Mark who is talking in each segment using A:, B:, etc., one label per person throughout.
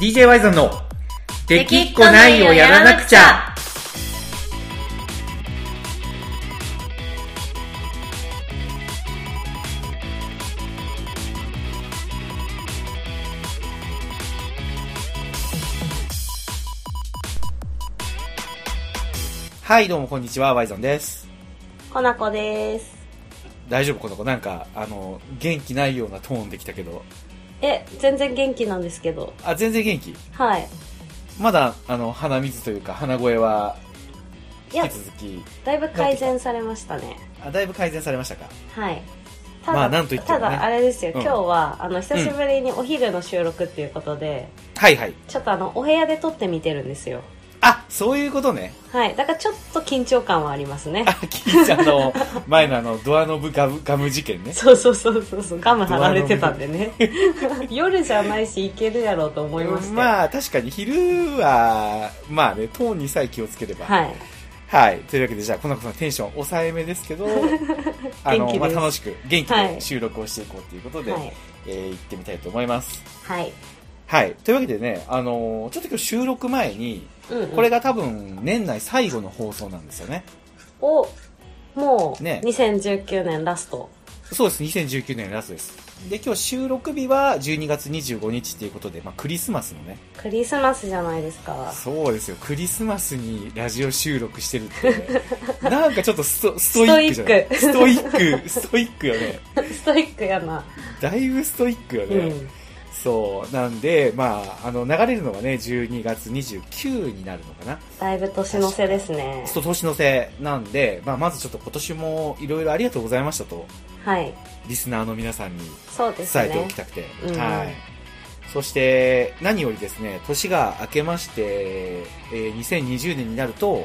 A: DJ ワイザンの、できっこないをやらなくちゃ。はい、どうもこんにちは、ワイザンです。
B: コナコです。
A: 大丈夫この子なんか、あの、元気ないようなトーンできたけど。
B: え、全然元気なんですけど。
A: あ、全然元気。
B: はい。
A: まだ、あの、鼻水というか、鼻声は、
B: い
A: 引
B: や
A: き、続き、
B: だいぶ改善されましたね。
A: あ、だいぶ改善されましたか。
B: はい。ただ、
A: まあなんと言っても
B: た
A: ね
B: だあれですよ、
A: うん
B: 今日は、あの、久しぶりにお昼の収録っていうことで、
A: はいはい。
B: ちょっとあの、お部屋で撮ってみてるんですよ。
A: あ、そういうことね。
B: はい。だからちょっと緊張感はありますね
A: あ。、金ちゃんの前のあの、ドアノブガムガム事件ね。
B: そうそうそうそうそう、ガム貼られてたん でね。 夜じゃないし、いけるやろうと思いましたよ。
A: まあ、確かに昼は、まあね、トーンにさえ気をつければ。
B: はい。
A: はい。というわけで、じゃあ、この子のテンション抑えめです けど、あ
B: 元
A: の、
B: 気
A: まあ、
B: です
A: 楽しく、元気
B: は
A: で
B: い
A: 収録をしていこうということで、
B: はい。
A: えー行ってみたいと思います。
B: はい。
A: はい。というわけでね、あのーちょっと今日収録前に、
B: うん、うん。
A: これが多分、年内最後の放送なんですよね。
B: を、もう、
A: ね
B: 2019年ラスト。
A: そうです、2019年ラストです。で、今日収録日は12月25日ということで、まあ、クリスマスのね、
B: クリスマスじゃないですか。
A: そうですよ、クリスマスにラジオ収録してる って、なんかちょっとストストイックじゃないス
B: ス
A: ト
B: ト
A: イ
B: イ
A: ック、ストイックよね。
B: ストイックやな。
A: だいぶストイックよ
B: う
A: ね。
B: ん。
A: そう、なんで、まあ、あの、流れるのがね、12月29になるのかな。
B: だいぶ年の瀬ですね。
A: そう、年の瀬なんで、まあ、まずちょっと今年もいろいろありがとうございましたと、
B: はい。
A: リスナーの皆さんに
B: そうです
A: 伝えてお
B: ね
A: き。たくて、
B: うん
A: はいそして何よりですね年が明けまして、えー2020年になると
B: はい。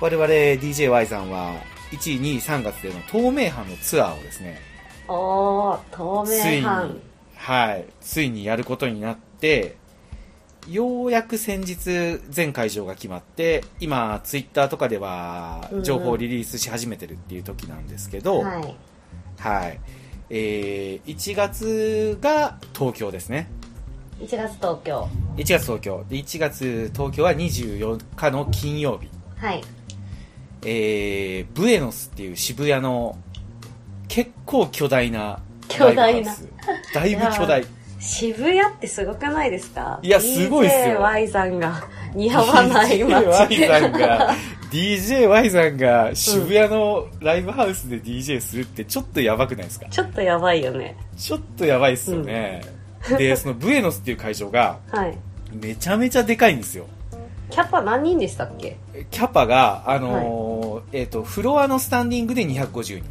A: 我々 DJY さんは123月での東名阪のツアーをですね
B: おー、透
A: つい
B: 明
A: に
B: 版。
A: はいついにやることになってようやく先日全会場が決まって今ツイッターとかでは
B: うんうん
A: 情報をリリースし始めてるっていう時なんですけど、
B: はい。
A: はいえー1月が東京ですね
B: 1月東京。
A: 1月東京で1月東京は24日の金曜日、
B: はい。
A: えー、ブエノスっていう渋谷の結構巨大な
B: 巨大な
A: ライブハウスだいぶ巨大
B: 渋谷ってすごくないですか
A: いやすごいっすよ
B: DJY さんが似合わない街
A: DJY さんが DJY さんが渋谷のライブハウスで DJ するってちょっとやばくないですか
B: ちょっとやばいよね。
A: ちょっとやばいっすよね、でそのブエノスっていう会場が
B: はい。
A: めちゃめちゃでかいんですよ
B: キャパ何人でしたっけ
A: キャパが、あのーえっ、と、フロアのスタンディングで250人。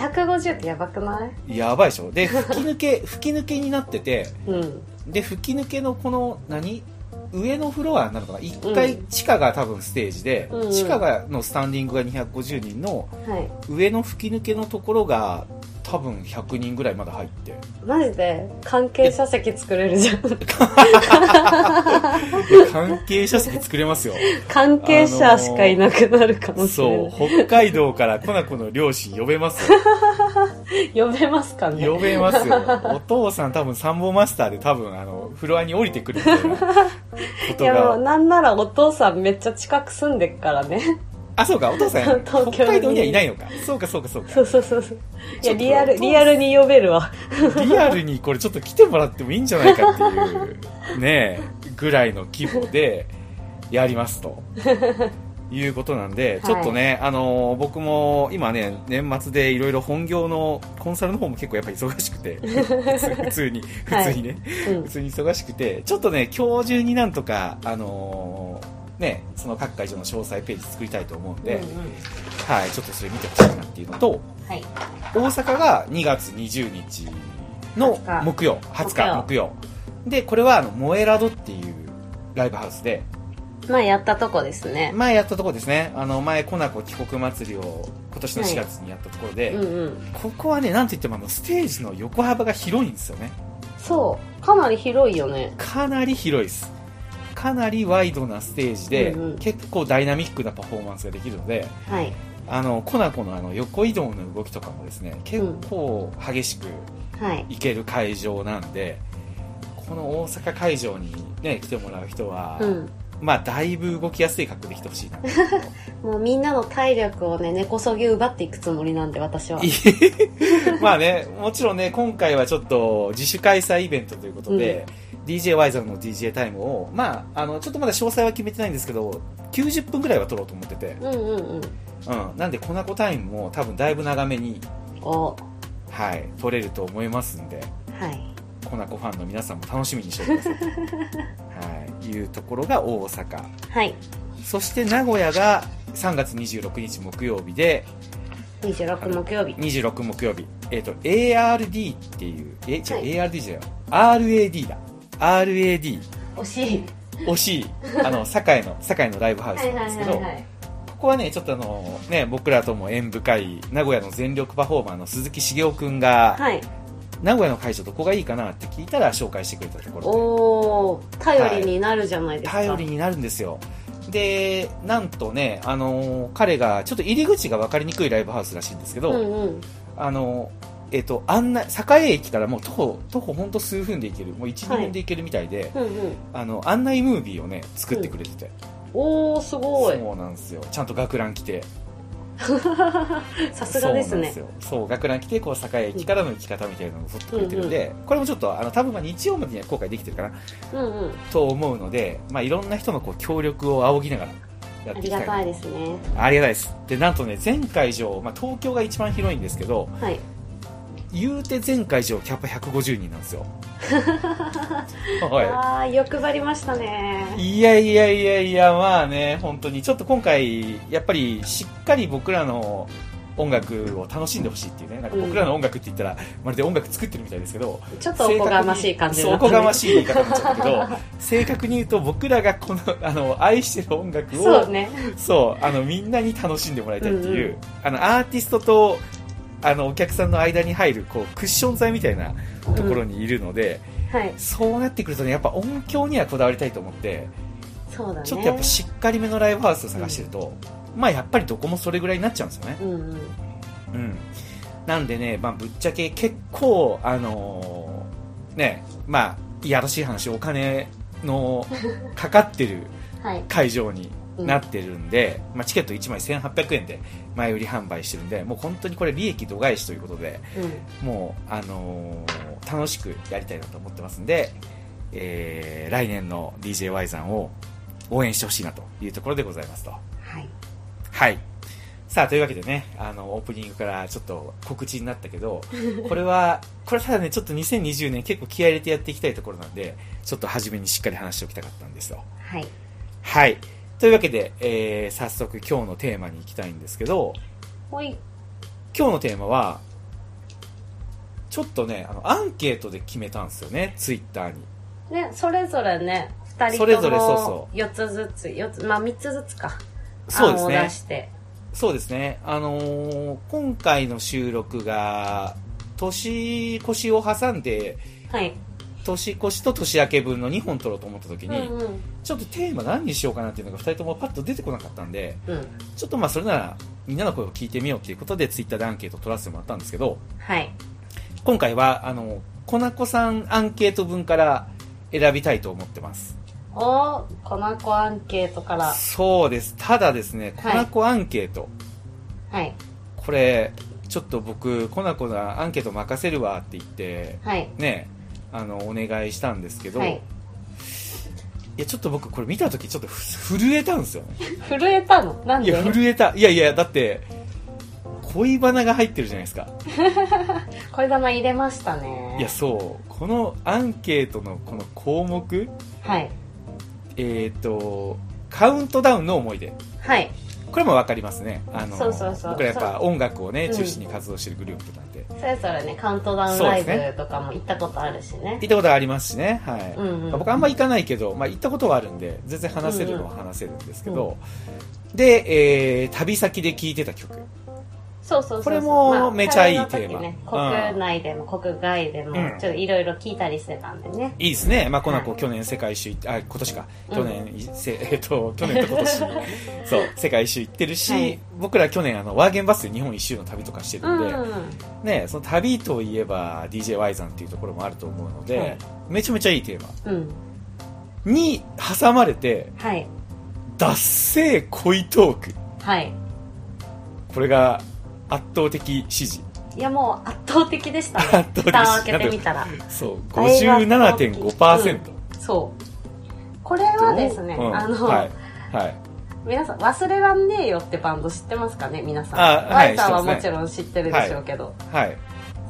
B: ?250 ってやばくない
A: やばいでしょで吹き抜 け吹き抜けになってて
B: うん。
A: で吹き抜けのこの何上のフロアなのかな1階、
B: うん
A: 地下が多分ステージで、
B: うんうん
A: 地下がのスタンディングが250人の
B: はい。
A: 上の吹き抜けのところが多分100人ぐらいまだ入 って
B: マジで関係者席作れるじゃん。
A: で関係者席作れますよ
B: 関係者しかいなくなるかもしれ
A: そ
B: な
A: う北
B: い。
A: 海道からコナコの両親呼べますよ
B: 呼べますかね
A: 呼べますよ お父さん多分参謀マスターで多分あのフロアに降りてくるみたいなこと
B: いやも
A: が
B: うなんならお父さんめっちゃ近く住んでっからね
A: あ、そうか、お父さん、
B: 東京に
A: 北海道にはいないのか。そうか、そうか、そうか。
B: そうそうそうそうい
A: ちょ
B: や
A: っと
B: リア
A: お父
B: ル
A: さん
B: リアルに呼べるわ
A: リアルにこれちょっと来てもらってもいいんじゃないかっていう、ねえ、ぐらいの規模でやりますと。いうことなんで、ちょっとね、あのー僕も今ね、年末でいろいろ本業のコンサルの方も結構やっぱ忙しくて、 普通に、普通にね、
B: うん
A: 普通に忙しくて、ちょっとね、今日中になんとか、あのーね、その各会場の詳細ページ作りたいと思うんで、
B: うんうん
A: はい、ちょっとそれ見てほしいなっていうのと、
B: はい
A: 大阪が2月20日の
B: 20日
A: 木曜20日木曜でこれはあのモエラドっていうライブハウスで
B: まあやったとこですね
A: 前やったとこですねあの前コナコ帰国祭りを今年の4月にやったところで、
B: うんうん
A: ここはねなんといってもあのステージの横幅が広いんですよね
B: そうかなり広いよね
A: かなり広いですかなりワイドなステージで、
B: うんうん
A: 結構ダイナミックなパフォーマンスができるので
B: はい
A: あのコナコのあの横移動の動きとかもですね結構激しく
B: はい
A: 行ける会場なんでこの大阪会場に、ね、来てもらう人は、
B: うん、
A: まあ、だいぶ動きやすい格好で来てほしいな
B: もうみんなの体力をね根こそぎ奪っていくつもりなんで私はい
A: いまあねもちろんね今回はちょっと自主開催イベントということで、DJY ザルの DJ タイムを、まあ、あのちょっとまだ詳細は決めてないんですけど90分ぐらいは撮ろうと思ってて、
B: うんうんうん
A: うん、なんでコナコタイムも多分だいぶ長めに、
B: お
A: はい、撮れると思いますんで
B: はい
A: コナコファンの皆さんも楽しみにしておいて ください、はい、いうところが大阪
B: はい
A: そして名古屋が3月26日木曜日で
B: 26木曜日
A: 26木曜日、えっと ARD っていうえ違う、ARD じゃない RAD だ RAD
B: 惜しい
A: 惜し いあの堺の堺のライブハウス
B: はい
A: なん
B: は
A: で
B: い
A: す
B: は
A: け
B: い
A: ど、
B: はい
A: ここはねちょっとあのね僕らとも縁深い名古屋の全力パフォーマーの鈴木茂雄くんが、
B: はい
A: 名古屋の会場どこがいいかなって聞いたら紹介してくれたところで
B: おお頼りになるじゃないですか、
A: 頼りになるんですよでなんとね、あのー彼がちょっと入り口が分かりにくいライブハウスらしいんですけど、
B: うんうん
A: あのーえっと案内栄駅からもう徒歩徒歩ほんと数分で行けるもう12、
B: はい
A: 分で行けるみたいで
B: うんうん
A: あの案内ムービーをね作ってくれてて、
B: おおすごい
A: そうなんですよちゃんと学ラン着て
B: さすがですね
A: そうなんですよそう学ラン着てこう栄駅からの行き方みたいなのを撮ってくれてるんで、これもちょっとあの多分まあ日曜までには公開できてるかな
B: うんうん
A: と思うので、まあ、いろんな人のこう協力を仰ぎながらやって
B: あ
A: い
B: り
A: きた
B: が
A: いな
B: たいですね
A: ありがたいです。で、なんとね、全会場、まあ、東京が一番広いんですけど、
B: はい
A: 言うて全会場キャパ150人なんですよ。 は
B: ああ欲張りましたね
A: い。いやいやいやいや、まあね、本当に、ちょっと今回、やっぱり、しっかり僕らの音楽を楽しんでほしいっていうね、なんか僕らの音楽って言ったら、まるで音楽作ってるみたいですけど、
B: ちょっとおこがましい感じ
A: そうお
B: ったね
A: こがましい言い方になっちゃったけど、正確に言うと、僕らがこの、あの、愛してる音楽を、
B: そうね
A: そうあのみんなに楽しんでもらいたいっていう、
B: うん
A: あのアーティストとあのお客さんの間に入るこうクッション材みたいなところにいるので、
B: はい
A: そうなってくるとねやっぱ音響にはこだわりたいと思って
B: そうだね
A: ちょっとやっぱしっかりめのライブハウスを探してると、まあやっぱりどこもそれぐらいになっちゃうんですよね、
B: うんうん
A: うん、なんでね、まあ、ぶっちゃけ結構あのーねまあいやらしい話お金のかかってる
B: はい
A: 会場になってるんで、まあ、チケット1枚1800円で前売り販売してるんでもう本当にこれ利益度外視ということで
B: うん
A: もう、あのー楽しくやりたいなと思ってますんで、えー来年の DJY さんを応援してほしいなというところでございますと
B: はい
A: はいさあというわけでねあのオープニングからちょっと告知になったけどこれはこれただねちょっと2020年結構気合い入れてやっていきたいところなんでちょっと初めにしっかり話しておきたかったんですよ
B: はい
A: はい。というわけで、えー早速今日のテーマに行きたいんですけど、
B: ほい
A: 今日のテーマは、ちょっとね、あの、アンケートで決めたんですよね、ツイッターに。
B: ねそれぞれね2人
A: それぞ
B: と
A: れそう
B: も
A: そ
B: 4つずつ4つまあ3つずつか
A: そうです
B: 案を出
A: ね。
B: して
A: そうですね。あのー今回の収録が、年越しを挟んで、
B: はい
A: 年越しと年明け分の2本撮ろうと思った時
B: うん
A: に、
B: うん
A: ちょっとテーマ何にしようかなっていうのが2人ともパッと出てこなかったんで、
B: うん
A: ちょっとまあそれならみんなの声を聞いてみようっていうことでツイッターでアンケート取らせてもらったんですけど、
B: はい
A: 今回はあのコナコさんアンケート分から選びたいと思ってます
B: おーこの子アンケートから
A: そうですただですねコ
B: はい
A: ナコアンケート、
B: はい
A: これちょっと僕コナコがアンケート任せるわって言って
B: はい
A: ねあのお願いしたんですけど、
B: はいい、
A: やちょっと僕これ見た時ちょっとふ震えたんですよね
B: 震えたのなん
A: い
B: で
A: や震えたいやいやだって恋バナが入ってるじゃないですか
B: 恋玉入れましたね
A: いやそうこのアンケートのこの項目
B: はい
A: えっ、とカウントダウンの思い出
B: はい
A: これも分かりますねあの
B: そうそうそう
A: 僕らやっぱ音楽をね
B: うん
A: 中心に活動してるグループなんで、
B: それぞれねカウントダウン
A: そう
B: ラ
A: で
B: イ
A: すね
B: ブとかも行ったことあるしね
A: 行ったことはありますしね、はい
B: うんうん
A: まあ僕あんま行かないけど、まあ、行ったことはあるんで全然話せるのは話せるんですけど、で、えー旅先で聴いてた曲
B: そうそうそうそう
A: これも
B: まあ
A: めちゃいいテ
B: 旅の時
A: ーマ
B: ね、
A: うん
B: 国内でも国外で
A: う
B: も
A: ん
B: ちょっといろいろ聞いたりしてたんでね、
A: いいですね、まあ、コナ
B: は
A: コ
B: い
A: 去年世界一周行ってあ今年か
B: うん
A: 去年、いせ えっと去年と今 年そう世界一周行ってるし、
B: はい
A: 僕ら去年あのワーゲンバスで日本一周の旅とかして
B: う
A: るん
B: ん
A: で、
B: うん
A: ね、その旅といえば DJY さんっていうところもあると思うので、
B: はい
A: めちゃめちゃいいテーマ
B: うん
A: に挟まれて
B: はい
A: 「脱性恋トーク
B: はい」
A: これが圧倒的支持
B: いやもう圧倒的でしたね
A: 圧倒的
B: 蓋を開けてみたら
A: そう
B: だいぶ圧倒的
A: 57.5%、
B: そうこれはですね、
A: うん
B: あの、
A: はいはい
B: 皆さん「忘れらんねえよ」ってバンド知ってますかね皆さん
A: あはい
B: Y さ
A: 知って
B: んは
A: ますね
B: もちろん知ってるでしょうけど、
A: はい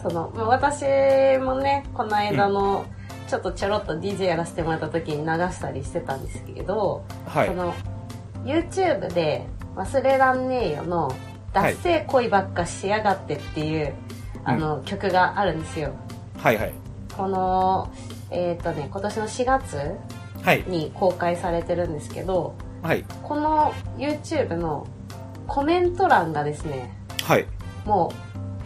B: そのまあ私もねこの間の、ちょっとちょろっと DJ やらせてもらった時に流したりしてたんですけど、
A: はい
B: その YouTube で「忘れらんねえよ」の「脱性恋ばっかしやがって」っていう、あの曲があるんですよ。
A: はいはい
B: このえっ、とね今年の4月
A: はい
B: に公開されてるんですけど
A: はい
B: この YouTube のコメント欄がですね
A: はい
B: も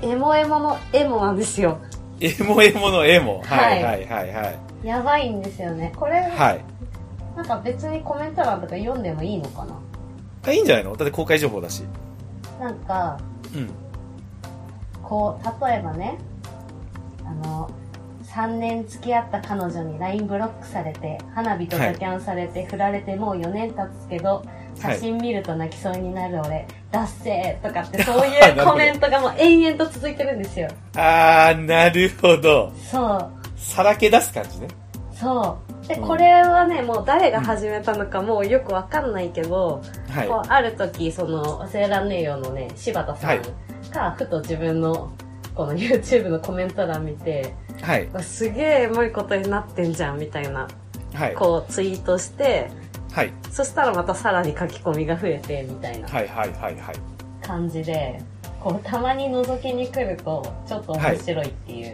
B: うエモエモのエモなんですよ
A: エモエモのエモは
B: はいい
A: はいはいはい
B: やばいんですよねこれ、
A: はい
B: なんか別にコメント欄とか読んでもいいのかな
A: あいいんじゃないのだって公開情報だし
B: なんか
A: うん
B: こう例えばねあの3年付き合った彼女に LINE ブロックされて花火とかキャンされて振られてもう4年経つけど写真見ると泣きそうになる俺「脱せ!」と かってそう
A: なる
B: い
A: ほ
B: う
A: ど
B: コメントがもう延々と続いてるんですよ
A: あーなるほど
B: そう
A: さらけ出す感じね
B: そうで
A: うん
B: これはねもう誰が始めたのかもうよくわかんないけど、
A: はい
B: こうある時その忘れらんねえよのね柴田さんがふと自分のこの YouTube のコメント欄見て
A: はい
B: すげえエモいことになってんじゃんみたいな
A: はい
B: こうツイートして
A: はい
B: そしたらまたさらに書き込みが増えてみたいな
A: はいはいはいはい
B: 感じでこうたまに覗きに来るとちょっと面白いってい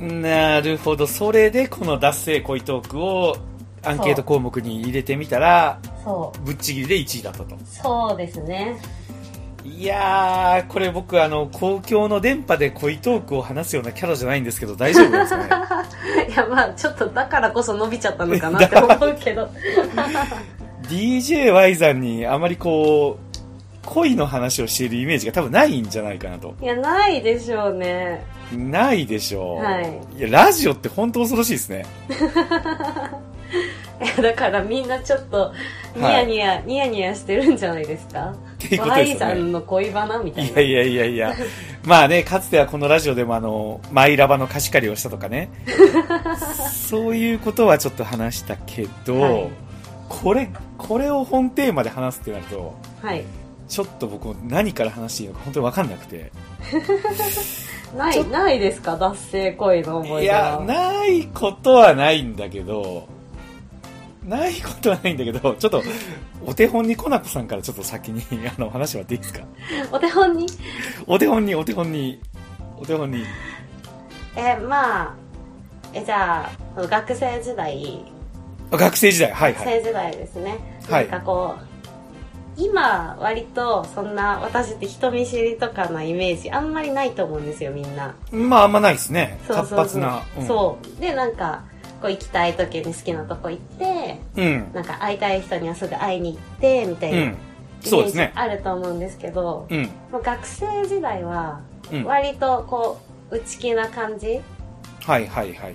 B: う、
A: なるほどそれでこの脱性恋トークをアンケート項目に入れてみたら
B: そう
A: ぶっちぎりで1位だったと
B: そうですね
A: いやーこれ僕あの公共の電波で恋トークを話すようなキャラじゃないんですけど大丈夫ですか ね
B: いやまあちょっとだからこそ伸びちゃったのかなって思うけど
A: DJY さんにあまりこう恋の話をしているイメージが多分ないんじゃないかなと
B: いやないでしょうね
A: ないでしょう、
B: はい
A: やラジオって本当恐ろしいですね
B: いやだからみんなちょっとニヤニヤ、ニヤニヤしてるんじゃないですか
A: っていうこと
B: ワ
A: で
B: イ
A: すよね
B: さんの恋バナみたい
A: い
B: な
A: やいやいやいやまあねかつてはこのラジオでもあのマイラバの貸し借りをしたとかね そういうことはちょっと話したけど、
B: はい
A: これこれを本テーマで話すってなると
B: はい
A: ちょっと僕も何から話していいのか本当に分かんなくて
B: な
A: ちょ
B: いないですか脱性恋の思
A: い
B: い出
A: や
B: は
A: ないことはないんだけどないことはないんだけどちょっとお手本にコナコさんからちょっと先にあの話はでいいですか
B: お手本に
A: お手本にお手本にお手本に
B: えまあえじゃあ学生時代
A: あ学生時代はい
B: 学
A: はい
B: 生時代ですね、
A: はい
B: なんかこう今割とそんな私って人見知りとかのイメージあんまりないと思うんですよみんな
A: まああんまないですね
B: そうそう
A: 活
B: そう
A: 発なうん
B: そうでなんかこう行きたい時に好きなとこ行って
A: うん
B: なんか会いたい人にはすぐ会いに行ってみ
A: う
B: たいなイ
A: ん
B: メ
A: そうで
B: ー
A: す
B: ジ
A: ね
B: あると思うんですけど、
A: うん
B: もう学生時代は
A: うんはい
B: 割とこう内気な感じ
A: はいはいはい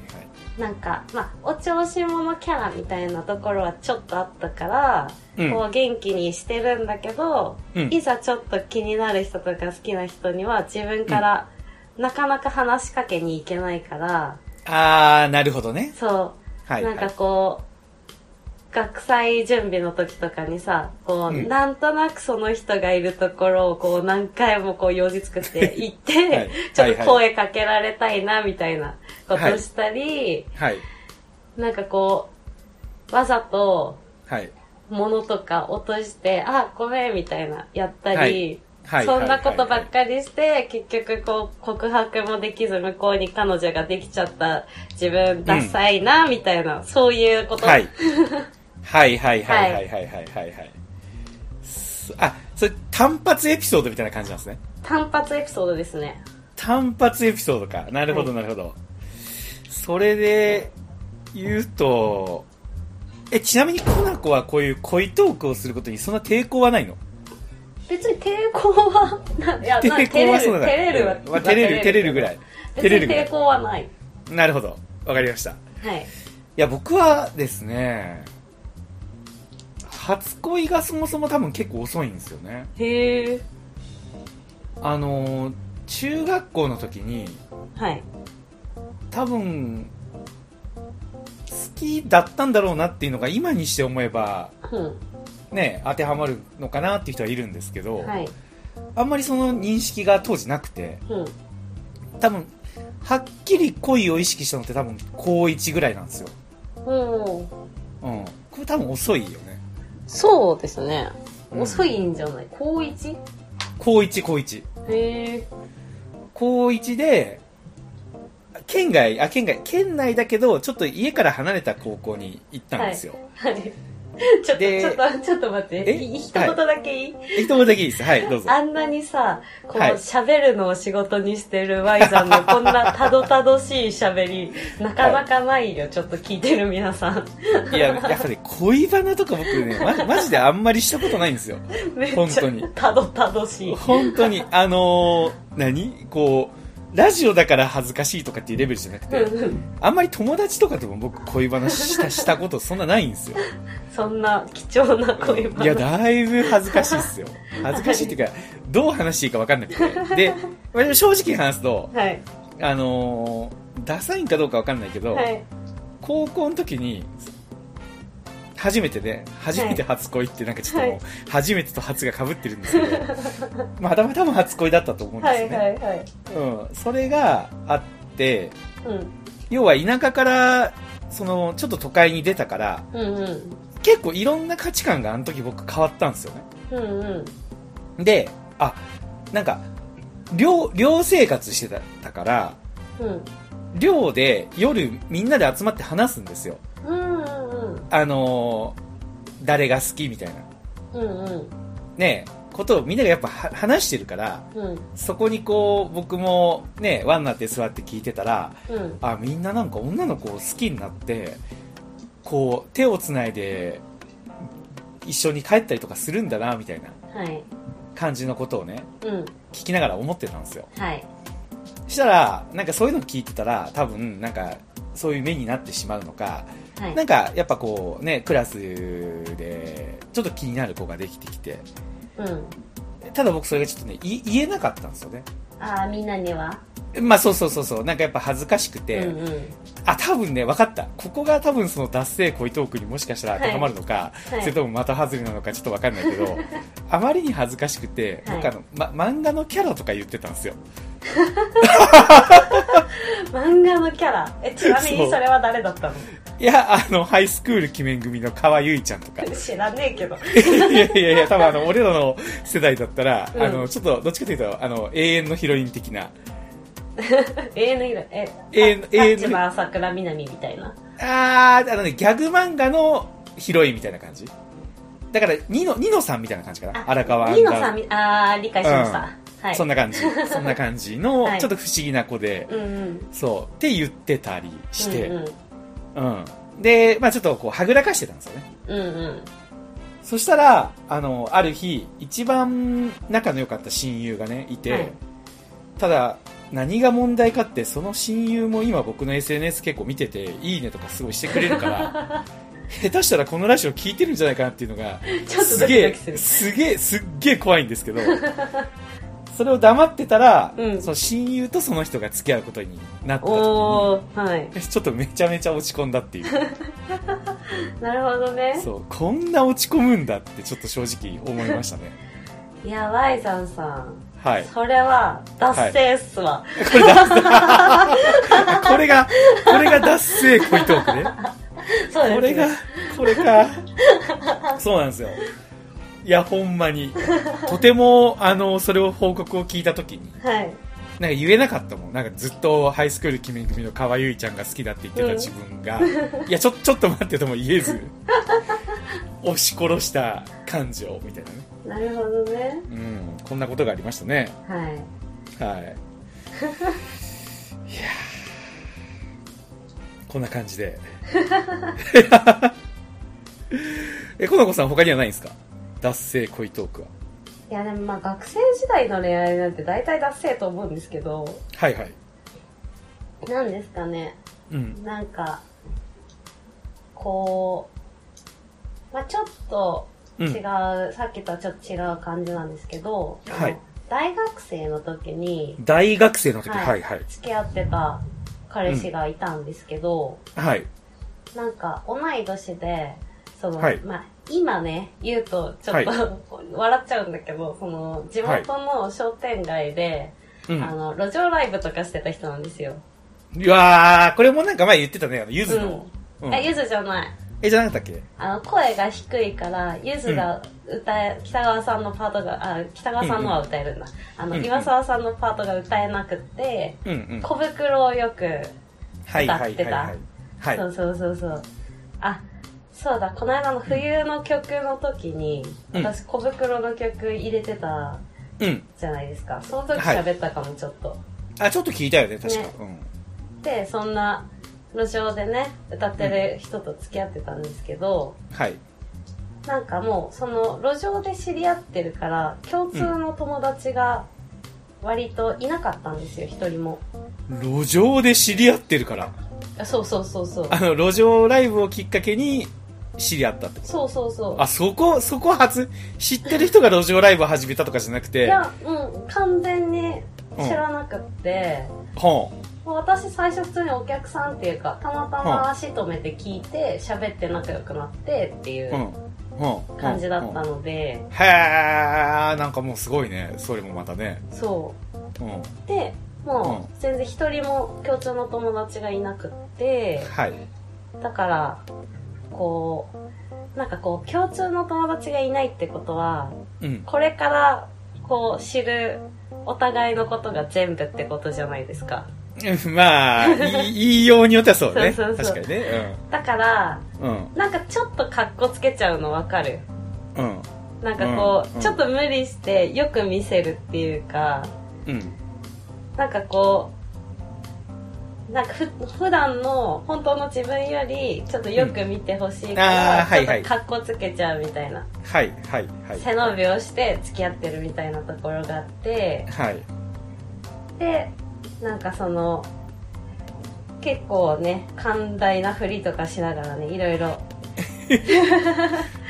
B: なんか、まあ、お調子者キャラみたいなところはちょっとあったから、
A: うん
B: こう元気にしてるんだけど、
A: うん
B: いざちょっと気になる人とか好きな人には自分からなかなか話しかけに行けないから、
A: ああなるほどね
B: そう、
A: はいは
B: なんか
A: い
B: こう、学祭準備の時とかにさ、こう、
A: うん
B: なんとなくその人がいるところをこう何回もこう用事作って行って、
A: はい
B: ちょっと声かけられたいなみたいなこ
A: はい
B: としたり、
A: はい
B: なんかこう、わざと
A: はい
B: 物とか落として、あ、ごめんみたいなやったり、
A: はいはい
B: そんなことばっかりして、結局こう、告白もできず、向こうに彼女ができちゃった自分、ダサいな、みたいな、そういうこと。
A: はい。はいはいはいはいはいはいはい はい。すあ、それ単発エピソードみたいな感じなんですね。
B: 単発エピソードですね。
A: 単発エピソードか。なるほどなるほど。それで言うと、え、ちなみにコナコはこういう恋トークをすることにそんな抵抗はないの
B: 別に抵抗は、 ないや、ない照れる、
A: そ
B: 照れるは
A: うんまあ照れる、照れるぐらい。照れ
B: 別
A: る
B: に
A: ぐら
B: 抵
A: い。
B: 抗はない。
A: なるほど。わかりました。
B: はい。
A: いや、僕はですね、初恋がそもそも多分結構遅いんですよね。
B: へえ。
A: あのー、中学校の時に、
B: はい。
A: 多分、好きだったんだろうなっていうのが今にして思えば、
B: うん。
A: ね、当てはまるのかなっていう人はいるんですけど、
B: はい。
A: あんまりその認識が当時なくて、
B: うん。
A: 多分、はっきり恋を意識したのって多分高1ぐらいなんですよ。
B: うん。
A: うん。これ多分遅いよね。
B: そうですね。
A: うん
B: 遅いんじゃない高 1?
A: 高1、高1。
B: へえ。
A: 高1で、県外、あ、県外、県内だけど、ちょっと家から離れた高校に行ったんですよ。
B: はい。 ちょっと、
A: で
B: ちょっと、ちょっと待って。
A: え
B: い一言だけいい、
A: 一言だけいいです。はい、どうぞ。
B: あんなにさ、こう
A: はい
B: 喋、るのを仕事にしてる Y さんのこんなたどたどしい喋り、なかなかないよ、ちょっと聞いてる皆さん。
A: いや、やっぱり恋バナとか僕ね、ま、マジであんまりしたことないんですよ。
B: めっち
A: 本当に
B: ゃたどたどしい。
A: 本当に、あのー何こう、ラジオだから恥ずかしいとかっていうレベルじゃなく
B: う
A: て、
B: んうん
A: あんまり友達とかとも僕恋バナした、したことそんなないんですよ。
B: そんな貴重な恋バナ。
A: いや、だいぶ恥ずかしいっすよ。恥ずかしいっていうか、どう話していいか分かんなくて。で、まあ正直に話すと、
B: はい。
A: あのーダサいんかどうか分かんないけど、
B: はい。
A: 高校の時に、初めてね、初めて初恋ってなんかちょっとも
B: は
A: う、初めてと初が被ってるんですけ ど、まあ、たまたま初恋だったと思うんで
B: は
A: すよ
B: い
A: ね。
B: はいはい。
A: うん。それがあって、
B: うん。
A: 要は田舎から、その、ちょっと都会に出たから、
B: うんうん。
A: 結構いろんな価値観があの時僕変わったんですよね。
B: うんうん。
A: で、あ、なんか、寮、寮生活してただから、
B: うん。
A: 寮で夜みんなで集まって話すんですよ。
B: うんうん
A: あのー誰が好きみたいな。
B: うん。うんうん。
A: ねことをみんながやっぱは話してるから、
B: うん
A: そこにこう、僕もね、輪になって座って聞いてたら、
B: うん。
A: あ、みんななんか女の子を好きになって、こう、手をつないで、一緒に帰ったりとかするんだな、みたいな
B: はい。
A: 感じのことをね、
B: うん。
A: 聞きながら思ってたんですよ。
B: はい。
A: したら、なんかそういうの聞いてたら、多分、なんか、そういう目になってしまうのか、
B: はい。
A: なんか、やっぱこう、ね、クラスで、ちょっと気になる子ができてきて、
B: うん。
A: ただ僕それがちょっとね、い言えなかったんですよね。
B: ああ、みんなには
A: まあそうそうそうそう、なんかやっぱ恥ずかしく
B: う
A: て、
B: んうん。
A: あ、多分ね、分かった。ここが多分その脱性恋トークにもしかしたら当てはまるのか、
B: はい
A: それともまた外れなのかちょっと分かんないけ ど、あまりに恥ずかしくて、
B: はい
A: 僕あの、ま、漫画のキャラとか言ってたんですよ。
B: 漫画のキャラえちなみ
A: そう
B: にそれは誰だったの
A: いや、あの、ハイスクール鬼面組の川ゆいちゃんとか。
B: 知らねえけど
A: いやいやいや、多分あの、俺らの世代だったら、
B: うん
A: あの、ちょっと、どっちかというと、あの、永遠のヒロイン的な。
B: 永遠の色え
A: 永遠の
B: タ
A: 永遠
B: ッ
A: の
B: チマ朝倉みなみみたいな
A: あー、あのね、ギャグ漫画のヒロインみたいな感じ。だから、ニノ、ニノさんみたいな感じかな。荒川
B: ニノ
A: アンダー
B: さんみああ理解しました、はい
A: そんな 感じ。そんな感じの、
B: はい
A: ちょっと不思議な子で、
B: うんうん
A: そう、って言ってたりして、
B: うん
A: うん、で、まあちょっとこう、はぐらかしてたんですよね。
B: うんうんうん
A: そしたら、あの、ある日、一番仲の良かった親友がね、いて、
B: はい
A: ただ、何が問題かって、その親友も今僕の SNS 結構見てて、いいねとかすごいしてくれるから、 下手したらこのラジオ聞いてるんじゃないかなっていうのが、
B: ちょっと
A: す
B: ド
A: げ
B: キド
A: え
B: キする
A: すげえすっげえ怖いんですけ どそれを黙ってたら、
B: うん
A: その親友とその人が付き合うことになった時
B: おおはい
A: にちょっとめちゃめちゃ落ち込んだっていう
B: なるほどね
A: そうこんな落ち込むんだってちょっと正直思いましたね
B: いやばいさんさん
A: はい
B: それは脱線っすわ、
A: これだこれがこれが脱性恋トークね
B: そうです
A: これがこれかそうなんですよいやほんまにとてもあのそれを報告を聞いた時に
B: はい
A: なんか言えなかったもん。なんかずっとハイスクール君組の川ゆいちゃんが好きだって言ってた自分が、いや、ちょ、ちょっと待ってとも言えず、 押し殺した感情みたいなね。
B: なるほどね
A: うん、こんなことがありましたね。
B: はい
A: はい。いやーこんな感じで。 え、この子さん他にはないんですか脱性恋トークは。
B: いやでもまあ学生時代の恋愛なんて大体脱せと思うんですけど
A: はいはい。
B: 何ですかね
A: うん。
B: なんかこう、まあ、ちょっと
A: うん
B: 違う、さっきとはちょっと違う感じなんですけど、
A: はい
B: あの大学生の時に
A: 大学生の時、
B: は
A: はいい、はい、
B: 付き合ってた彼氏がいたんですけど、
A: はい。
B: なんか同い年で、その、
A: はい
B: まあ、今ね、言うとちょっと、
A: は
B: 笑っちゃうんだけど、その、地元の商店街で、
A: うん。
B: あの、路上ライブとかしてた人なんですよ。
A: いやー、これもなんか前言ってたね、あのゆずの。
B: う。
A: うんん
B: え、ゆずじゃない。
A: え、じゃなかったっけ
B: あの、声が低いから、ゆずが歌え、北川さんのパートが、あ、北川さんのは歌えるんだ。あの、
A: うんうん
B: 岩沢さんのパートが歌えなくて、
A: うんうん。
B: 小袋をよく、
A: はいはいはいはい。はい。
B: そうそうそうそう。あ、そうだ、この間の冬の曲の時に、
A: うん
B: 私小袋の曲入れてた
A: うん。
B: じゃないですか。その時喋ったかも、ちょっと。
A: あ、ちょっと聞いたよね、確か。
B: ねで、そんな、路上でね、歌ってる人と付き合ってたんですけど、
A: うん。はい。
B: なんかもうその路上で知り合ってるから共通の友達が割といなかったんですよ一人も
A: 路上で知り合ってるから。
B: あそうそうそうそう
A: あの、路上ライブをきっかけに知り合ったってこと
B: そうそうそう
A: あ、そこ、そこ初、知ってる人が路上ライブを始めたとかじゃなく
B: い
A: て、
B: やうん完全に知らなくって、
A: ほ、
B: もう私最初普通にお客さんっていうかたまたま足止めて聞いて喋って仲良くなってっていう
A: うん
B: う、
A: ほうん。
B: 感じだった
A: うん
B: ので、
A: へー、なんかもうすごいね、それもまたね。
B: そ
A: うん。
B: うで
A: う
B: もう全然一人も共通の友達がいなくって、
A: はい。
B: だからこうなんかこう共通の友達がいないってことは
A: うん。
B: これからこう知るお互いのことが全部ってことじゃないですか
A: まあ、いいいいようによってはそうね。
B: そうそうそう
A: 確かにね。
B: だから
A: うん。うん。
B: なんかちょっとかっこつけちゃうのわかる
A: うん。
B: なんかこう、
A: うんうん
B: ちょっと無理してよく見せるっていうか
A: うん。
B: なんかこうなんかふ普段の本当の自分よりちょっとよく見てほしいから、
A: うんあーはいはい
B: ちょっとかっこつけちゃうみたいな
A: はい、はい、はい。
B: 背伸びをして付き合ってるみたいなところがあって
A: はい。
B: でなんかその結構ね寛大なふりとかしながらねいろいろ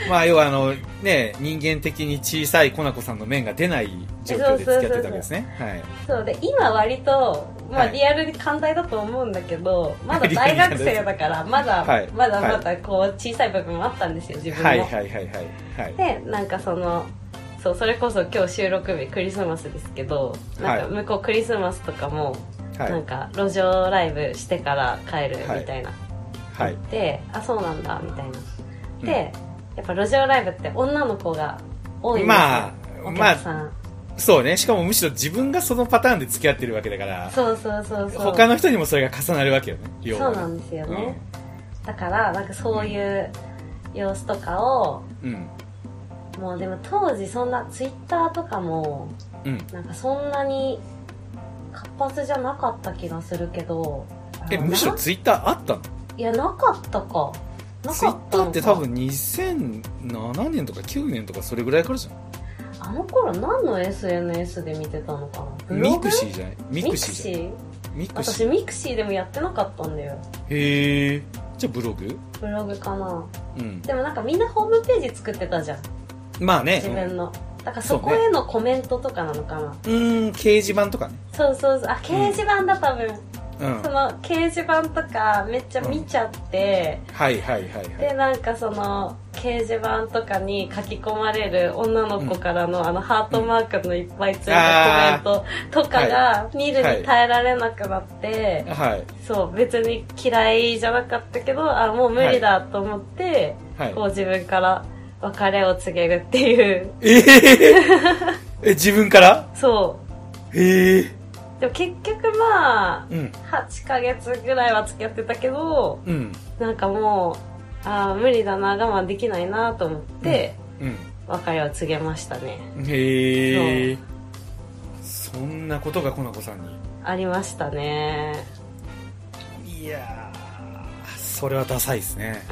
A: まあ、要はあの、ね、人間的に小さいコナコさんの面が出ない状況で付き合ってたわけですね。はい。
B: そうで今割と、まあ、
A: はい
B: リアルに寛大だと思うんだけど、 まだ大学生だからまだ、
A: はい
B: まだ
A: はい
B: まだこう小さい部分もあったんですよ自分も。
A: はい、はい、はい、はい。はい。
B: でなんかそのそうそれこそ今日収録日クリスマスですけどなんか
A: はい
B: 向こうクリスマスとかも、
A: はい
B: なんか路上ライブしてから帰るみたいな。
A: はい。
B: であそうなんだみたいな
A: うん
B: で、やっぱ路上ライブって女の子が多いんですよ
A: まあ
B: お客さん、
A: そうね。しかもむしろ自分がそのパターンで付き合ってるわけだから、
B: そうそうそうそう
A: 他の人にもそれが重なるわけよね。要
B: そ
A: は
B: う
A: ね
B: なんですよね、だからなんかそういう様子とかを
A: うん。
B: もうでも当時そんなツイッターとかも
A: うん。
B: なんかそんなに活発じゃなかった気がするけど
A: え、
B: あの
A: むしろツイッターあったの
B: ないやなかったかなかったのか
A: ツイッターって多分2007年とか9年とかそれぐらいからじゃん。
B: あの頃何の SNS で見てたのかなブログ
A: ミクシーじゃないミクシーじゃない
B: ミ
A: ミク
B: クシー
A: シ
B: 私
A: ー。
B: ミクシーでもやってなかったんだよ
A: へえ。じゃあブログ
B: ブログかな
A: うん。
B: でもなんかみんなホームページ作ってたじゃん
A: まあね。
B: 自分のだから
A: そ
B: そう
A: ね
B: こへのコメントとかなのかな
A: うん、掲示板とかね。
B: そう,、そうそうあ掲示板だ多分、
A: うん。
B: そ
A: は
B: の掲示板とかめっちゃ見ちゃって、
A: いはいはいは
B: で
A: い。
B: なんかその掲示板とかに書き込まれる女の子からの、あのハートマークのいっぱいついたコメントとかが見るに耐えられなくなって、
A: はい。
B: そう別に嫌いじゃなかったけどあもう無理だと思って、
A: はい
B: こう自分から別れを告げるっていう
A: ええ え、自分から
B: そ
A: へえ。
B: うでも結局まあ
A: うん。
B: 8ヶ月ぐらいは付き合ってたけど
A: うん。
B: なんかもうあー無理だな我慢できないなと思って
A: うん。
B: 別れを告げましたね
A: へえそんなことがコナコさん
B: ありましたね
A: にいやーそれはダサいですね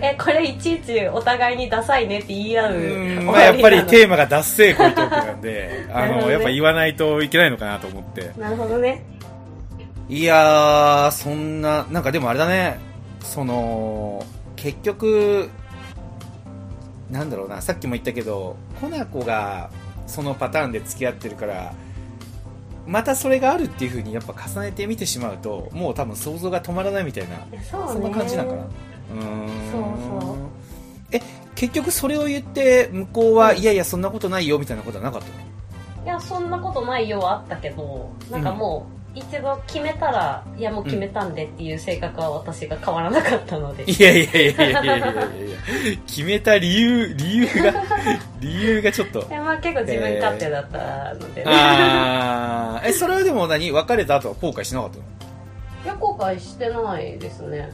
B: えこれいちいちお互いにダサいねって言い合う
A: うんまあやっぱり
B: 手
A: テーマが脱性恋トークなんであ
B: なるほど
A: の
B: ね
A: やっぱ言わないといけないのかなと思って
B: なるほどね
A: いやーそんななんかでもあれだねその結局なんだろうなさっきも言ったけどコナコがそのパターンで付き合ってるからまたそれがあるっていう風にやっぱ重ねて見てしまうともう多分想像が止まらないみたいな
B: そうね
A: そんな感じなんかなうーん
B: そうそう
A: え結局それを言って向こうは、
B: うん
A: いやいやそんなことないよみたいなことはなかったの
B: いやそんなことないよはあったけどなんかもう、一度決めたらいやもう決めたんでっていう性格は私が変わらなかったので、
A: いやいやいやいやいやいやいや決めた理由理由 が理由がちょっと
B: えまあ、結構自分勝手だったので、ね
A: あーえそれはでも何別れた後は後悔しなかったの
B: いや後悔してないですね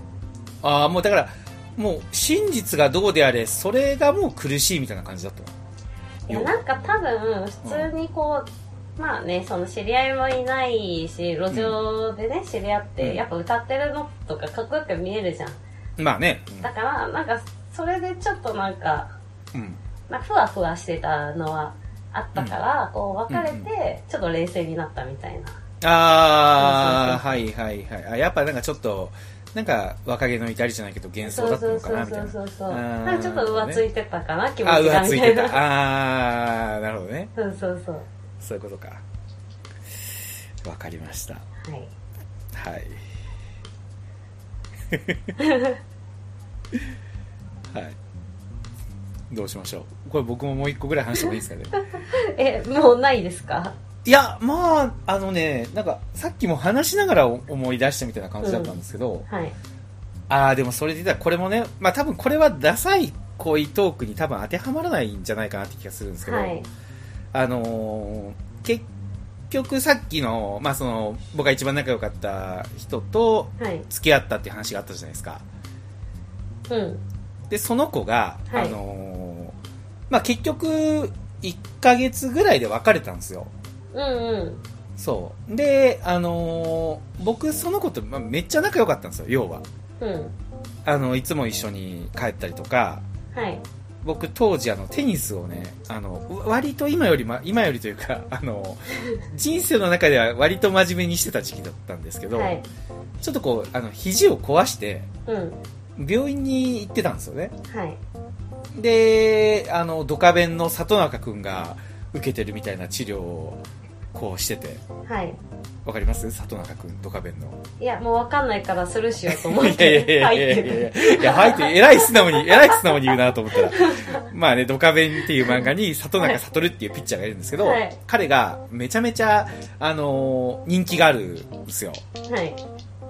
A: ああもうだからもう真実がどうであれそれがもう苦しいみたいな感じだった
B: いやなんか多分普通にこう、まあねその知り合いもいないし路上でね知り合って、
A: うん
B: やっぱ歌ってるのとかかっこよく見えるじゃん
A: まあね
B: だからなんかそれでちょっとなんか
A: うん、うん
B: まあ、ふわふわしてたのはあったから、こう別れてちょっと冷静になったみたいな、
A: ああはいはいはいあやっぱなんかちょっとなんか若気の至りじゃないけど幻
B: そ
A: 想
B: う
A: だった
B: そ
A: の
B: う
A: か
B: そ
A: な
B: う
A: みた
B: そ
A: いうな
B: そうそう
A: あー
B: なんかちょっと浮ついてたかな、気持
A: あ
B: ちが
A: 浮つ
B: み
A: い
B: た
A: て
B: いな
A: たああーなるほどね
B: そうそうそう
A: そういうことかわかりました
B: はい
A: はい はいどうしましょうこれ僕ももう一個ぐらい話してもいいですかね
B: えもうないですか
A: いや、まあ、あのね、なんか、さっきも話しながら思い出したみたいな感じだったんですけど、
B: はい
A: ああ、でもそれで言ったら、これもね、まあ多分これはダサい恋トークに多分当てはまらないんじゃないかなって気がするんですけど、
B: はい
A: あのー結局さっきの、まあその、僕が一番仲良かった人と
B: はい
A: 付き合ったっていう話があったじゃないですか。
B: うん
A: で、その子が、
B: はい
A: あのーまあ結局、1ヶ月ぐらいで別れたんですよ。
B: うんうん
A: そうであのー僕その子と、まあ、めっちゃ仲良かったんですよ要は
B: うん
A: あのいつも一緒に帰ったりとか
B: はい
A: 僕当時あのテニスをねあのわ割と今より、ま、今よりというか あの人生の中では割と真面目にしてた時期だったんですけど、
B: はい
A: ちょっとこうあの肘を壊して
B: うん
A: 病院に行ってたんですよね
B: はい
A: であのドカベンの里中君が受けてるみたいな治療をこうしてて
B: はい
A: わかります里中君ドカベンの
B: いやもう分かんないからスルーしようと思っ
A: いやいやい
B: て
A: や
B: 入
A: いや
B: っ
A: いやい
B: て
A: やいや、入って、偉い素直に、偉い素直に言うなと思 ったら。まあね、ドカベンっていう漫画に、里中悟っていうピッチャーがいるんですけど、
B: はい
A: 彼がめちゃめちゃ、あのー人気があるんですよ。
B: るはい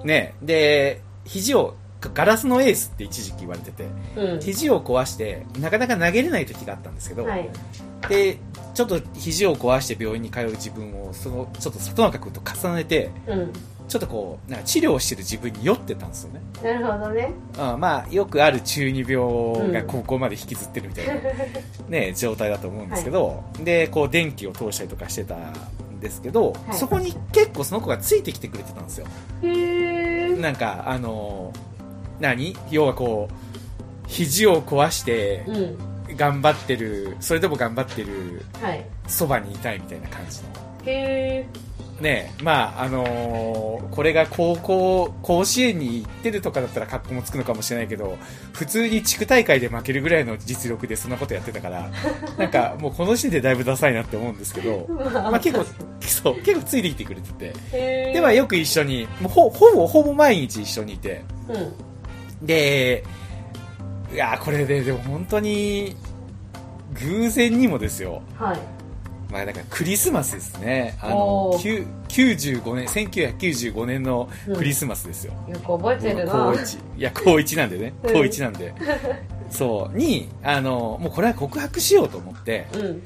A: ね。で、肘を、ガラスのエースって一時期言われてて、
B: うん
A: 肘を壊して、なかなか投げれない時があったんですけど、
B: はい
A: で、ちょっと肘を壊して病院に通う自分を、その、ちょっと里中君と重ねて、
B: うん
A: ちょっとこう、なんか治療してる自分に酔ってたんですよね。
B: なるほどね
A: うんまあ、よくある中二病が高校まで引きずってるみ たいな、ね、状態だと思うんですけど、でこう電気を通したりとかしてたんですけど、
B: はい
A: そこに結構その子がついてきてくれてたんですよ
B: へー
A: なんかあのー何要はこう肘を壊して
B: うん
A: 頑張ってるそれでも頑張ってる
B: はい
A: そばにいたいみたいな感じの
B: へ
A: ねまああのーこれが高校甲子園に行ってるとかだったら格好もつくのかもしれないけど普通に地区大会で負けるぐらいの実力でそんなことやってたから なんかもうこの時点でだいぶダサいなって思うんですけど
B: え、、
A: まあ、結構そう結構ついてきてくれてて
B: へー
A: ではよく一緒にもうほほぼほぼ毎日一緒にいて
B: うん
A: でいやーこれででも本当に偶然にもですよ
B: はい
A: まあ、だからクリスマスですねあ
B: お
A: の
B: ー
A: きゅ95年1995年のクリスマスですよ、
B: よく覚えてるな
A: 高一いや高一なんでね
B: うん
A: 高一なんで、そうにあのもうこれは告白しようと思って
B: うん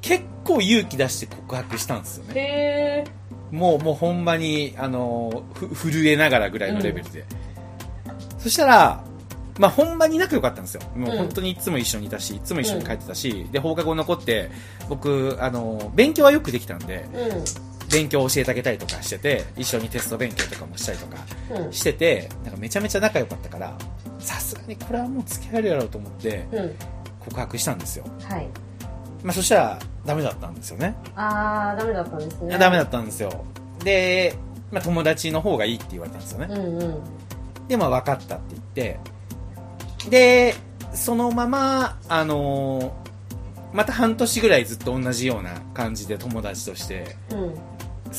A: 結構勇気出して告白したんですよね
B: へ
A: もうもうほんまにあのふ震えながらぐらいのレベルで、そしたらまあ、ほんまに仲良かったんですよ。もう
B: うん
A: 本当にいつも一緒にいたし、いつも一緒に帰ってたし、で、放課後残って、僕、あの、勉強はよくできたんで、
B: えうん
A: 勉強を教えてあげたりとかしてて一緒にテスト勉強とかもしたりとか
B: うん
A: しててなんかめちゃめちゃ仲良かったからさすがにこれはもう付き合えるやろうと思って
B: うん
A: 告白したんですよ、
B: はい
A: まあ、そしたらダメだったんですよね
B: あーダメだったんですね
A: ダメだったんですよで、まあ、友達の方がいいって言われたんですよね
B: うんうん
A: で、まあ、分かったって言って、で、そのまま、あのーまた半年ぐらいずっと同じような感じで友達として
B: うん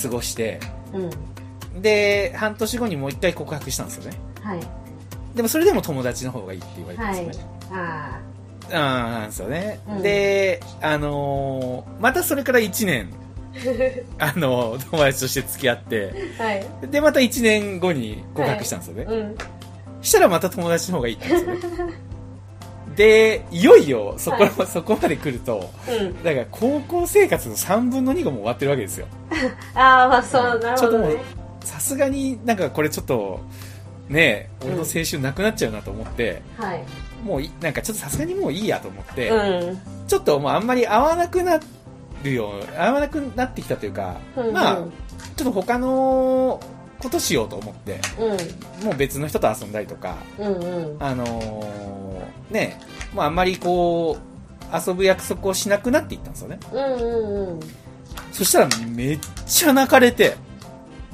A: 過ごして、
B: うん
A: で、半年後にもう一回告白したんですよね。
B: はい
A: でもそれでも友達の方がいいって言われたん
B: は
A: です
B: い
A: よね。
B: あ
A: ああ、なんですよね。
B: うん
A: で、あのーまたそれから1年、 あのー友達として付き合って、
B: あはい
A: で、また1年後に告白したんですよね。
B: うん
A: したらまた友達の方がいいって言うんですよね。で、いよいよそこ,、
B: は
A: そこまで来ると、
B: うん
A: だから高校生活の3分の2がもう終わってるわけですよ。
B: ああまあそうなるほど
A: ちょっとも
B: ね
A: うさすがになんかこれちょっと、ねえ、俺の青春なくなっちゃうなと思って、
B: はい
A: もういなんかちょっとさすがにもういいやと思って、
B: うん
A: ちょっともうあんまり合わなくなるよ合わなくなってきたというか、
B: うん
A: まあちょっと他のことしようと思って
B: うん
A: もう別の人と遊んだりとか
B: うんうん
A: あのーねもうあんまりこう遊ぶ約束をしなくなっていったんですよね
B: うんうんうん
A: そしたらめっちゃ泣かれて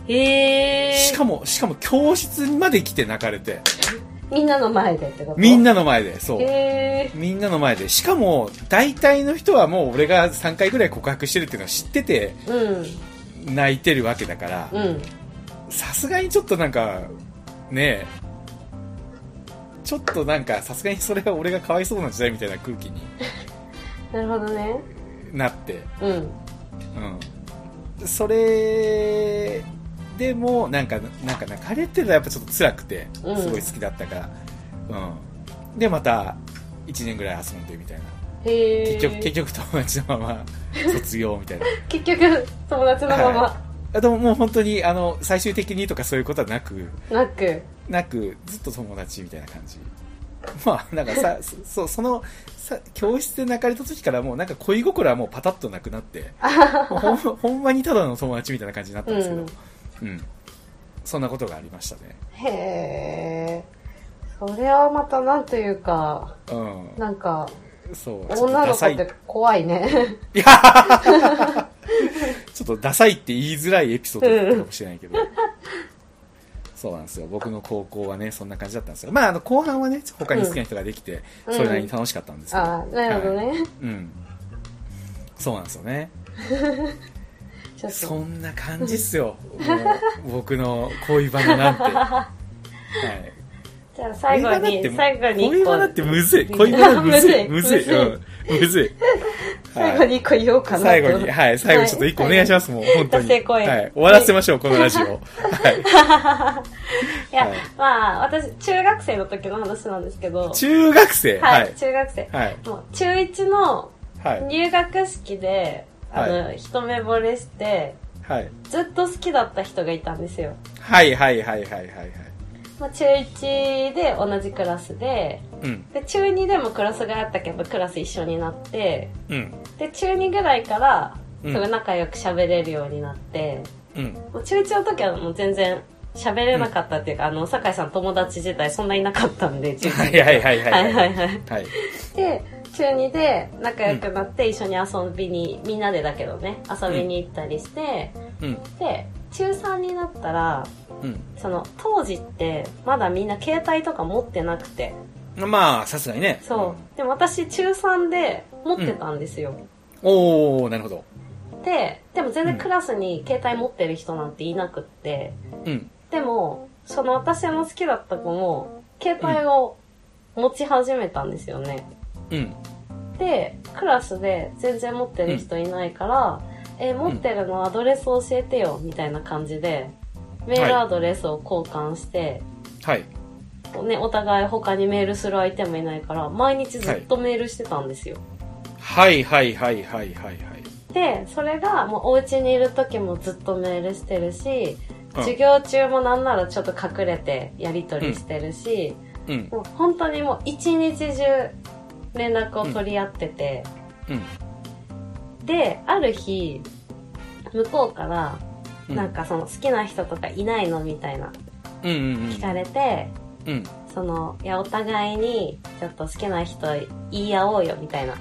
B: へえ
A: しかもしかも教室まで来て泣かれて
B: みんなの前でってこと
A: みんなの前でそう
B: へえ
A: みんなの前でしかも大体の人はもう俺が3回ぐらい告白してるっていうのは知ってて
B: うん
A: 泣いてるわけだから、
B: うん
A: さすがにちょっとなんかねえちょっとなんかさすがにそれは俺がかわいそうな時代みたいな空気に
B: なるほどね
A: なって
B: うん
A: うんそれでもなんかなんか泣かれてたらやっぱちょっと辛くてす
B: う
A: ご
B: ん
A: い好きだったからうん、でまた1年ぐらい遊んでみたいな
B: へえ
A: 結局結局友達のまま卒業みたいな
B: 結局友達のま
A: は
B: ま
A: あでももう本当にあの最終的にとかそういうことはなく
B: なく
A: なくずっと友達みたいな感じまあなんか さそそうそのさ教室で泣かれた時からもうなんか恋心はもうパタッとなくな ってもうほんほんまにただの友達みたいな感じになったんですけど、うんそんなことがありましたね
B: へえそれはまたなんというか
A: う
B: なんか
A: んそうちょっと
B: 女の
A: ダ
B: 子
A: サ
B: っ
A: い
B: て怖いね
A: ちょっとダサいって言いづらいエピソードだったかもしれないけど、そうなんですよ僕の高校はねそんな感じだったんですよまああの後半はね他に好きな人ができて、
B: うん
A: それなりに楽しかったんですけど、
B: ああなるほどね、
A: うんそうなんですよね
B: ちょっ
A: そ
B: と
A: んな感じっすよ。もう僕の恋バナ なんて。はい。
B: じゃあ最後
A: 恋バナって
B: に最後に
A: 恋
B: 一個
A: バナってむ ずい。恋バナむずい。 むずい。うんむずい。
B: 最後に一個言おうかなと
A: 最後に、はい、最後にちょっと一個お願いします、もう、本当に。
B: 達成公演
A: はい、終わらせましょう、このラジ オ。はい。
B: いや、
A: はい
B: まあ私中学生の時の話なんですけど
A: 中学生
B: は、
A: はいい。
B: 中学生、
A: はい。
B: もう中1の
A: はい。
B: 入学式で、あの、
A: は
B: 一目惚れして
A: はい。
B: ずっと好きだった人がいたんですよ、
A: はい、はい、はい、はい、はい。はい
B: まあ、中1で同じクラスで
A: うん。
B: で中2でもクラスがあったけどクラス一緒になって
A: うん。
B: で中2ぐらいから
A: う
B: す
A: ん
B: ごい仲良く喋れるようになって、
A: うん。
B: もう中1の時はもう全然喋れなかったっていうか、あの酒井さん友達自体そんないなかったんで中
A: は
B: 1
A: い、はい、はい、は。
B: はいいはいは
A: は
B: い
A: い。
B: で中2で仲良くなって一緒に遊びに、みんなでだけどね遊びに行ったりして、
A: うん。
B: で中3になったら
A: うん。
B: その当時ってまだみんな携帯とか持ってなくて
A: まあ、さすがにね。
B: そうでも私中3で持ってたんですよ、
A: うん。おー、なるほど。
B: ででも全
A: う
B: 然
A: ん
B: クラスに携帯持ってる人なんていなくって
A: うん。
B: でもその私の好きだった子も携帯を持ち始めたんですよね、
A: うん。
B: でクラスで全然持ってる人いないから、え持ってるのアドレス教えてよみたいな感じでメールアドレスを交換して、
A: はい。
B: ね、お互い他にメールする相手もいないから毎日ずっとメールしてたんですよ、
A: はいはいはいはいはいはい。
B: でそれがもうお家にいる時もずっとメールしてるし、
A: うん
B: 授業中もなんならちょっと隠れてやり取りしてるし、
A: うん。
B: もう本当にもう一日中連絡を取り合ってて、
A: うん。
B: である日向こうから
A: うん
B: なんかその好きな人とかいないのみたいな
A: うんうん
B: 聞かれて、
A: うん。うん。
B: そのいやお互いにちょっと好きな人言い合おうよみたいな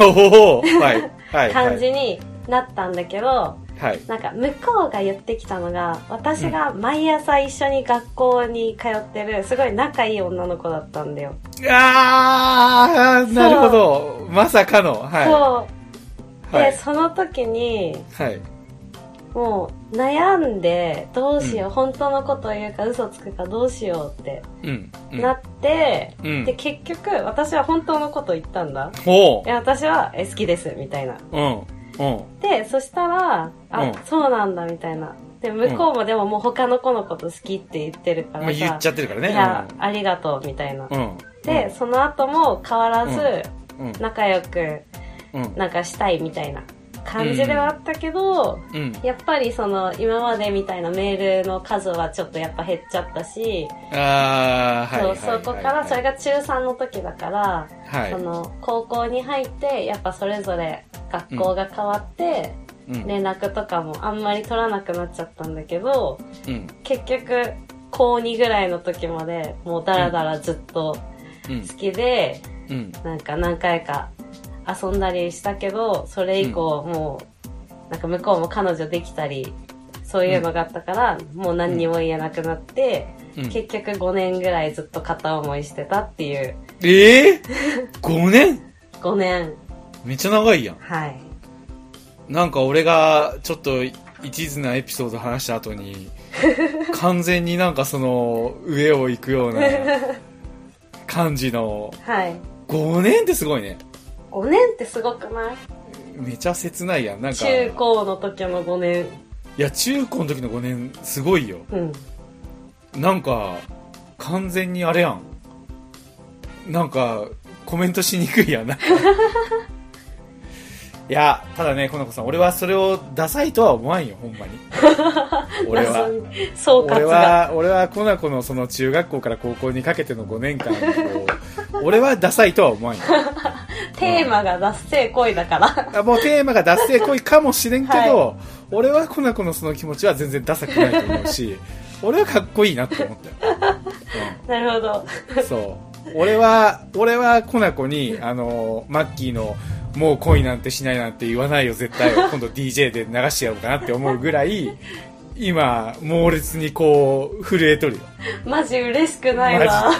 A: おおはい。はい。
B: 感じになったんだけど、
A: はい
B: なんか向こうが言ってきたのが私が毎朝一緒に学校に通ってるすごい仲いい女の子だったんだよ、
A: あー、なるほど。まさかの。は
B: そう
A: い。
B: で、
A: はい。
B: その時に
A: はい。
B: もう悩んでどうしよう、本当のことを言うか嘘つくかどうしようって
A: うん。うん
B: なって、
A: うん
B: で。結局私は本当のことを言ったんだ
A: ほ
B: いや私はえ好きですみたいな
A: う。うん。うん。
B: でそしたらあ、
A: うん
B: そうなんだみたいなで向こうもでももう他の子のこと好きって言ってるか
A: ま
B: ら
A: あ、
B: さ、
A: 言っちゃってるから
B: いや
A: ね。、
B: ありがとうみたいな、
A: うん。うん。
B: で、その後も変わらず
A: うん。
B: 仲良く
A: うん。
B: なんかしたいみたいな感じではあったけど、
A: うん。
B: やっぱりその今までみたいなメールの数はちょっとやっぱ減っちゃったし、
A: あー、はいはい。
B: そうそこからそれ
A: が、
B: が中3の時だから、
A: はい
B: そ。の高校に入ってやっぱそれぞれ学校が変わって、
A: うん
B: 連絡とかもあんまり取らなくなっちゃったんだけど
A: うん。
B: 結局高2ぐらいの時までもうダラダラずっと
A: うん
B: 好。きで、
A: うん。
B: なんか何回か遊んだりしたけどそれ以降もうなんか向こうも彼女できたりそういうのがあったから、もう何にも言えなくなって、
A: うん
B: 結局5年ぐらいずっと片思いしてたっていう
A: ええー、!5 年
B: 5年
A: めっちゃ長いやん。
B: はい。
A: なんか俺がちょっと一途なエピソード話した後 に完全になんかその上を行くよう な感じの
B: はい。
A: 5年ってすごいね
B: 5年ってすごくない
A: めちゃ切ないやんなんか
B: 中高の時の5年。
A: いや中高の時の5年すごいよ
B: うん。
A: なんか完全にあれやんなんかコメントしにくいやんなんか いやただねこの子さん俺はそれをダサいとは思わんよほんまに俺 は
B: 総
A: 俺
B: 括が。
A: は俺はコナコのその中学校から高校にかけての5年間こう俺はダサいとは思わんよ
B: テーマが脱性恋だから。
A: あもうテーマが脱性恋かもしれんけど、俺はコナコのその気持ちは全然ダサくないと思うし俺はかっこいいなって思ったよ、
B: なるほど。
A: うん、そう俺は俺はコナコにあのマッキーのもう恋なんてしないなんて言わないよ絶 対今度 DJ で流してやろうかなって思うぐらい今猛烈にこう震えとる よ
B: マジ嬉しくないわ。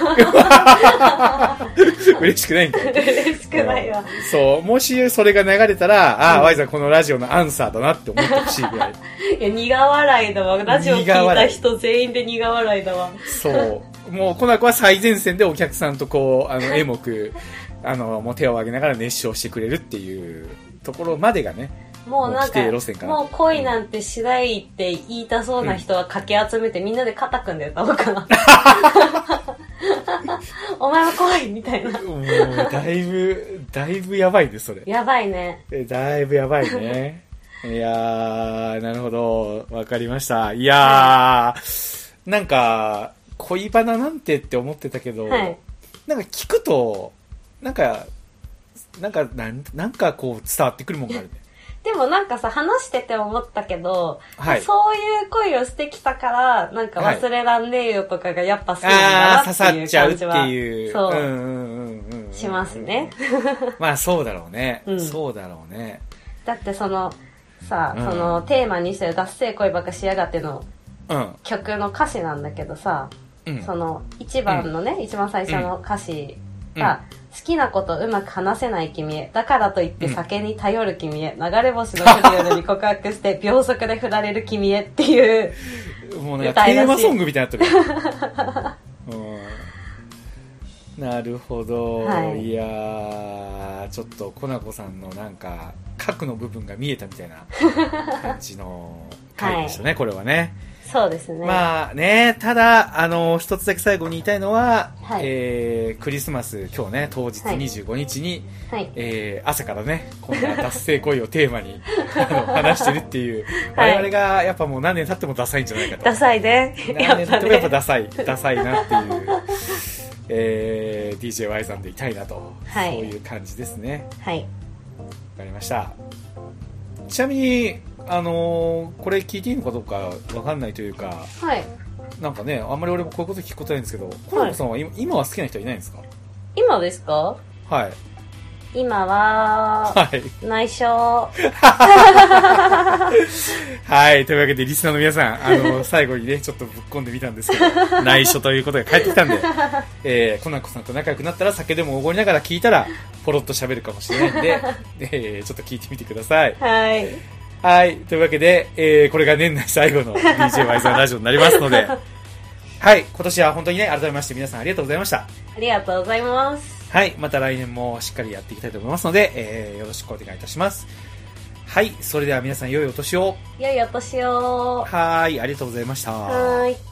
A: 嬉しくないんかい
B: 嬉しくないわ。
A: そう、もしそれが流れたら、ああ、ワイさんこのラジオのアンサーだなって思ってほしいぐらい。
B: いや、苦笑いだわ。ラジオ聞いた人全員で苦笑いだわ。
A: そう。もう、コナコは最前線でお客さんとこう、あの、エモく、あの、もう手を挙げながら熱唱してくれるっていうところまでがね。
B: もうなんか、
A: もう規定路線かな
B: もう恋なんてしないって言いたそうな人はかき集めて、みんなで肩組んで歌お うかな。お前は恋みたいな。
A: もう、だいぶ、だいぶやばいね、それ。
B: やばいね。
A: えだいぶやばいね。いやー、なるほど。わかりました。いやー、なんか、恋バナなんてって思ってたけど、
B: はい
A: なんか聞くと、なんか、なんか、なんなんかこう伝わってくるもんがあるね。
B: でもなんかさ、話してて思ったけど、
A: はい
B: そういう恋をしてきたから、なんか忘れらんねえよとかがやっぱ好きな
A: あ
B: んだ
A: ー、
B: な
A: 刺
B: っていう感じは。
A: さっちゃうっていう。
B: そう、
A: んうんうんうん、
B: しますね。。
A: まあそうだろうね。
B: うん
A: そうだろうね。
B: だってその、さ、
A: うん
B: そのテーマにしてる脱性恋ばっかしやがっての
A: うん。
B: 曲の歌詞なんだけどさ、
A: うん。
B: その一番のね、一番最初の歌詞が、好きなことうまく話せない君へ。だからといって酒に頼る君へ。流れ星の降る夜に告白して、秒速で振られる君へっていう。
A: もうなんか
B: 歌
A: テ
B: いらしい
A: ーマソングみたいになってる、 うん、なるほど、
B: はい
A: い、やーちょっとコナコさんのなんか核の部分が見えたみたい な感じの回でしたね、これはね
B: そうですね。
A: まあねただあの一つだけ最後に言いたいのは、
B: はい
A: えークリスマス今日ね当日
B: はい
A: 25日に、
B: はい。
A: えー朝からねこんな達成行為をテーマにあの話してるっていう、
B: はい
A: 我々がやっぱもう何年経ってもダサいんじゃないかと
B: ダサいね。や
A: や
B: っ
A: っぱ、
B: ぱ
A: ね、やっぱ
B: ね。
A: ダサい、ダサいなっていう、えー、DJY さんでいたいなと、
B: はい
A: そういう感じですね。
B: はい。
A: わかりました。ちなみに、あのーこれ聞いていいのかどうかわかんないというか、
B: はい。
A: なんかね、あんまり俺もこういうこと聞くことないんですけど、コナコさんは今今は好きな人はいないんですか
B: 今ですか
A: はい。
C: 今は、
A: はい。
C: 内緒。
A: はい。というわけで、リスナーの皆さん、あ の、最後にね、ちょっとぶっ込んでみたんですけど、 内緒ということが返ってきたん で、えー、コナンコさんと仲良くなったら、酒でもおごりながら聞いたら、ポロッと喋るかもしれない んで、えー、ちょっと聞いてみてください。
C: はい。
A: はい。というわけで、えーこれが年内最後の DJY さんラジオになりますの で、はい。今年は本当にね、改めまして皆さんありがとうございました。
C: ありがとうございます。
A: はい。また来年もしっかりやっていきたいと思いますので、えーよろしくお願いいたします。はい。それでは皆さん、良いお年を。
C: 良いお年を。
A: はーい。ありがとうございました。
C: はーい。